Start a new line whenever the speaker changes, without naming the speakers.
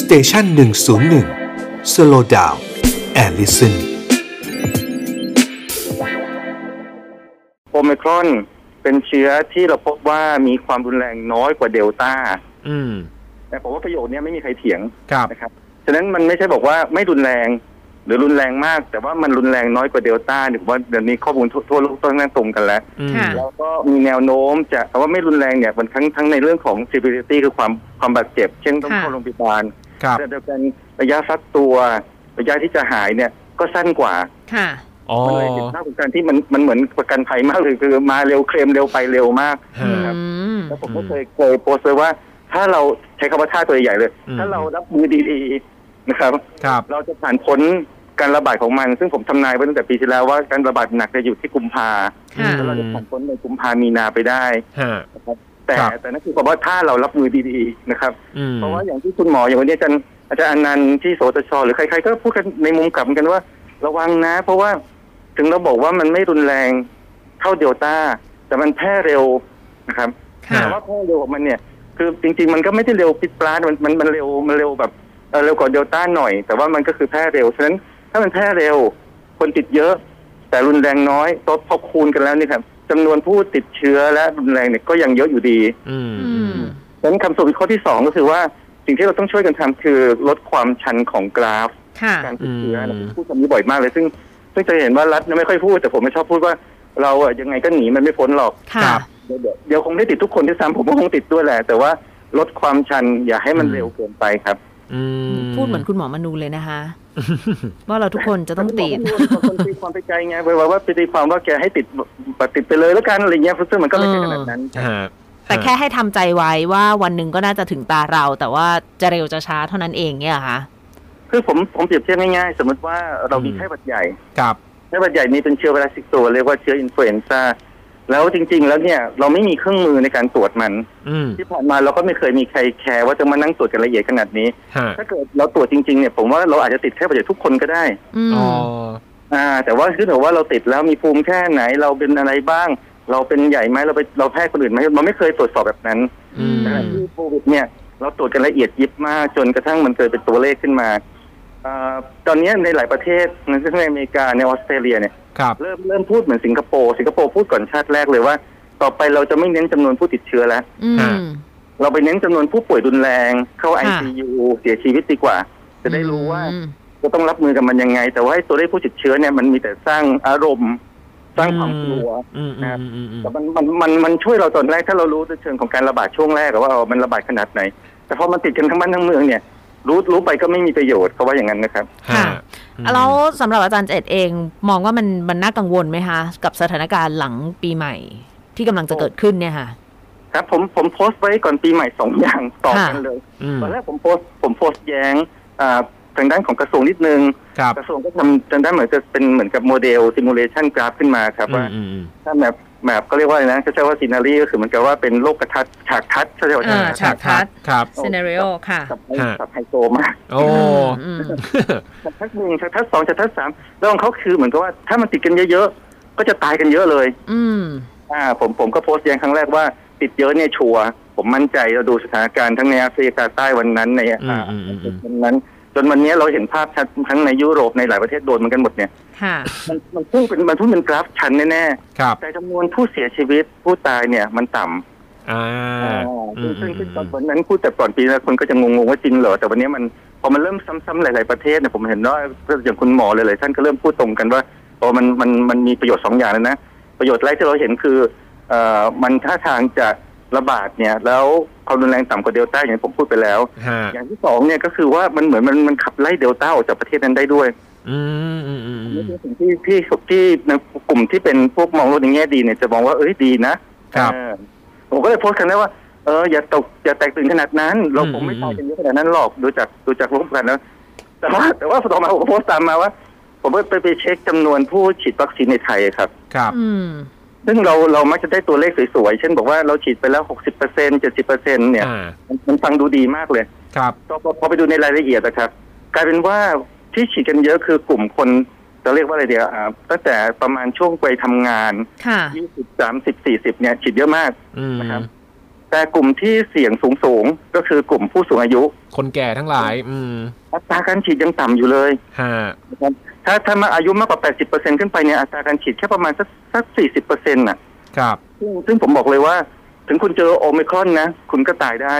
สเตชันหนึ่งศูนย์หนึ่งสโลดาวแอลลิสัน
โอมครอนเป็นเชื้อที่เราพบว่ามีความรุนแรงน้อยกว่าเดลต้า
อืม
แต่ผมว่าประโยคเนี้ยไม่มีใครเถียง
ครับ
นะครับ ฉะนั้นมันไม่ใช่บอกว่าไม่รุนแรง หรือรุนแรงมาก แต่ว่ามันรุนแรงน้อยกว่าเดลต้าเนี่ยผมว่าเดี๋ยวนี้ข้อมูลทั่วทั่วโลกต้องนั่งตรงกันแล้ว
อืม
ค่ะ
แล้วก็มีแนวโน้มจะคำว่าไม่รุนแรงเนี่ยมันทั้งทั้งในเรื่องของ severity คือความความบาดเจ็บ เช่นต้อง
ค่ะ
เข้าโรงพยาบาล
ครับ
แต่เดียวกันระยะฟักตัว ระยะที่จะหายเนี่ยก็สั้นกว่า
ค่ะ
อ๋อ
มันเลยเห็นภาพของการที่มันมันเหมือนประกันภัยมากเลยคือมาเร็วเคลมเร็วไปเร็วมาก
ฮะ
อืม
แล้วผมก็
อืม
เคยเคยโพสต์ไว้ว่า ถ้าเราใช้คำว่าท่าตัวใหญ่ๆเลย
อืม
ถ้าเรารับมือดีๆนะครับ
ครับ
เราจะผ่านพ้นการระบาดของมัน ซึ่งผมทำนายไว้ตั้งแต่ปีที่แล้วว่าการระบาดหนักจะอยู่ที่กุมภา
ค่ะ
แล้วเราจะผ่านพ้นในกุมภามีนาไปได้
ฮะ
แต่
ครับ
แต่นั่นคือบอกว่าถ้าเรารับมือดีๆนะครับ
อืม
เพราะว่าอย่างที่คุณหมออย่างวันนี้อาจารย์อาจารย์อนันต์ที่โสตชหรือใครๆก็พูดกันในมุมกลับกันว่า ระวังนะ เพราะว่าถึงเราบอกว่ามันไม่รุนแรงเท่าเดลต้า แต่มันแพร่เร็วนะครับ
ค่ะ
แต่ว่าแพร่เร็วของมันเนี่ย คือจริง ๆ มันก็ไม่ได้เร็วปิดปลาดมันมันมันเร็วมันเร็วแบบเอ่อเร็วกว่าเดลต้าหน่อย แต่ว่ามันก็คือแพร่เร็วฉะนั้นถ้ามันแพร่เร็ว คนติดเยอะ แต่รุนแรงน้อยตบพอคูณกันแล้วนี่ครับจำนวนผู้ติดเชื้อและรุนแรงเนี่ยก็ยังเยอะอยู่ดี
อืม
อืม
ฉะนั้นคำสรุปข้อที่สองก็คือว่าสิ่งที่เราต้องช่วยกันทำคือลดความชันของกราฟ
ค่ะ
การติดเชื้อ
อืม
นะพูดคำนี้บ่อยมากเลย ซึ่งซึ่งจะเห็นว่ารัฐเนี่ยไม่ค่อยพูด แต่ผมไม่ชอบพูดว่าเราอะยังไงก็หนีมันไม่พ้นหรอก
ค่ะ
ครับ
เดี๋ยวเดี๋ยวเดี๋ยวคงได้ติดทุกคนที่ซ้ำผมก็คงติดด้วยแหละ แต่ว่าลดความชันอย่าให้มัน
อืม
เร็วเกินไปครับ
อืม
พูดเหมือนคุณหมอมนูเลยนะคะ ว่าเราทุกคนจะต้องติด
บางคนตีความไปไกลไงไปว่าไปตีความว่าแกให้ติดแบบติดไปเลยแล้วกันอะไรเงี้ยซึ่งมันก็ไม่ใช่ขนาดนั้น
ฮะ
แต่แค่ให้ทำใจไว้ว่าวันหนึ่งก็น่าจะถึงตาเรา แต่ว่าจะเร็วจะช้าเท่านั้นเองเนี่ยเหรอค่ะ
คือผมผมเปรียบเทียบง่ายๆสมมติว่าเรามีไข้หวัดใหญ่
ครับ
ไข้หวัดใหญ่มีเป็นเชื้อไวรัสซิกตัวเรียกว่าเชื้ออินฟลูเอนซ่าแล้วจริง ๆ แล้วเนี่ยเราไม่มีเครื่องมือในการตรวจมัน
อืม
ที่ผ่านมาเราก็ไม่เคยมีใครแคร์ว่าจะมานั่งตรวจกันละเอียดขนาดนี้
ฮะ
ถ้าเกิดเราตรวจจริงๆเนี่ยผมว่าเราอาจจะติดไข้หวัดใหญ่ทุกคนก็ได้
อืม
อ๋อ
อ่าแต่ว่าขึ้นอยู่ว่าเราติดแล้วมีภูมิแค่ไหนเราเป็นอะไรบ้าง เราเป็นใหญ่ไหมเราไปเราแพร่คนอื่นไหมเราไม่เคยตรวจสอบแบบนั้น
อืม
แต่ที่โควิดเนี่ยเราตรวจกันละเอียดยิบมากจนกระทั่งมันเกิดเป็นตัวเลขขึ้นมาอ่าตอนนี้ในหลายประเทศในอเมริกาในออสเตรเลียเนี่ย
ครับ
เริ่มเริ่มพูดเหมือนสิงคโปร์สิงคโปร์พูดก่อนชาติแรกเลยว่า ต่อไปเราจะไม่เน้นจำนวนผู้ติดเชื้อแล้ว
อืม
เราไปเน้นจำนวนผู้ป่วยรุนแรง เข้าไอ
ค่ะ
ซียูเสียชีวิตดีกว่า จะได้รู้ว่าจะต้องรับมือกับมันยังไง แต่ว่าให้ตัวเลขผู้ติดเชื้อเนี่ยมันมีแต่สร้างอารมณ์ สร้างความกลัว
อืมอืมอืมอืม
แต่มันมันมันมันช่วยเราตอนแรกถ้าเรารู้ในเชิงของการระบาดช่วงแรกอะว่าเอามันระบาดขนาดไหน แต่พอมันติดกันทั้งบ้านทั้งเมืองเนี่ย รู้รู้ไปก็ไม่มีประโยชน์เขาว่าอย่างนั้นนะครับ
ฮะ
ค่ะ แล้วสำหรับอาจารย์เจตเองมองว่ามันมันน่ากังวลไหมคะ กับสถานการณ์หลังปีใหม่ ที่กำลังจะเกิดขึ้นเนี่ยค่ะ
ครับผมผมโพสต์ไว้ก่อนปีใหม่สองอย่างต่อกันเลย
อืม
ตอนแรกผมโพสต์ผมโพสต์แย้งอ่าทางด้านของกระทรวงนิดนึง
ครับ
กระทรวงก็ทำทางด้านเหมือนจะเป็นเหมือนกับโมเดล ซิมูเลชันกราฟขึ้นมาครับว่า
อืมอืม
ถ้าแบบแบบก็เรียกว่าอะไรนะก็ใช้ว่าซีนารีก็คือเหมือนกับว่าเป็นโลกกระทัดฉากทัดใช่ไหม
อ่า
ค
ฉา
รับ
กทัศน์
ครับ
s c e n a r i o ค่ะ
กับไฮ
ฮะ
กับไฮโซมาก
โอ้
อืม
ฉากทัดหนึ่งฉากทัดสองฉากทัดสามแล้วของเขาคือเหมือนกับว่าถ้ามันติดกันเยอะๆ ก็จะตายกันเยอะเลย
อืม
อ่าผมผมก็โพสต์แย้งครั้งแรกว่าติดเยอะเนี่ยชัวร์ผมมั่นใจเราดูสถานการณ์ทั้งในแอฟริกาใต้วันนั้นในอ่า
อืมอืมอืม
จนนั้นจนวันนี้เราเห็นภาพชัดทั้งในยุโรปในหลายประเทศโดนเหมือนกันหมดเนี่ย
ค่ะ
มันมันพุ่งเป็นมันพุ่งเป็นกราฟชันแน่
ครับ
ๆแต่จำนวนผู้เสียชีวิตผู้ตายเนี่ยมันต่ำ
อ่า
ซึ่งซึ่งซึ่งตอนวันนั้นพูดแต่ก่อนปีนะคนก็จะงงๆว่าจริงเหรอแต่วันนี้มันพอมันเริ่มซ้ำๆหลาย ๆประเทศเนี่ยผมเห็นว่าอย่างคุณหมอหลายๆท่านก็เริ่มพูดตรงกันว่าโอ้มันมันมันมีประโยชน์สองอย่างเลยนะ ประโยชน์แรกที่เราเห็นคือเอ่อมันท่าทางจะระบาดเนี่ยแล้วความรุนแรงต่ำกว่าเดลต้าอย่างที่ผมพูดไปแล้ว
ฮะ
อย่างที่สองเนี่ยก็คือว่ามันเหมือนมันมันขับไล่เดลต้าออกจากประเทศนั้นได้ด้วย
อืมอืมอืมอื
นี่
ม
คือสิ่งที่ที่ที่ในกลุ่มที่เป็นพวกมองโลกในแง่ดีเนี่ยจะมองว่าเอ้ยดีนะครับ เออผมก็เลยโพสต์กันแล้วว่าเอออย่าตกอย่าแตกตื่นขนาดนั้น เราคงไม่
อืม
ตายกันเยอะขนาดนั้นหรอกดูจากดูจากรูปกันแล้วแต่ว่าแต่ว่าต่อมาผมก็โพสต์ตามมาว่า ผมก็ไปไปเช็คจำนวนผู้ฉีดวัคซีนในไทยครับ
ครับ
อืม
ซึ่งเราเรามักจะได้ตัวเลขสวยๆเช่นบอกว่าเราฉีดไปแล้วหกสิบเปอร์เซ็นต์เจ็ดสิบเปอร์เซ็นต์เนี่ย
อ่า
มันมันฟังดูดีมากเลย
ครับ
พอพอพอไปดูในรายละเอียดนะครับ กลายเป็นว่าที่ฉีดกันเยอะคือกลุ่มคนจะเรียกว่าอะไรเดียวอ่าตั้งแต่ประมาณช่วงวัยทำงาน
ค่ะ
ยี่สิบสามสิบสี่สิบเนี่ยฉีดเยอะมาก
อืม
นะครับ แต่กลุ่มที่เสี่ยงสูงสูงๆก็คือกลุ่มผู้สูงอายุ
คนแก่ทั้งหลาย อืม
อัตราการฉีดยังต่ำอยู่เลย
ฮะ
นะครับถ้าถ้ามาอายุมากกว่า 80%ขึ้นไปเนี่ยอัตราการฉีดแค่ประมาณสักสัก 40%น่ะ
ครับ
ซึ่งซึ่งผมบอกเลยว่า ถึงคุณเจอโอมิครอนนะ คุณก็ตายได้